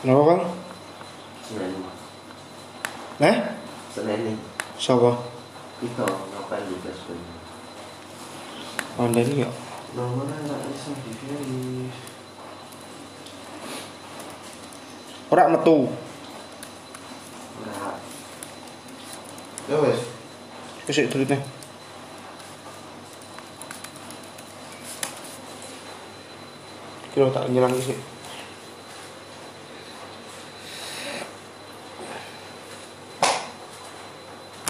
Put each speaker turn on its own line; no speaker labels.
Kenapa kan?
Senin
Eh?
Senin nih
Siapa?
Itu ngapain juga sebenarnya
Anda ini ya?
Nomornya nggak bisa di finish
Ora metu.
Nggak Ya wes
Kesik duitnya. Kira tak nyilang kesik.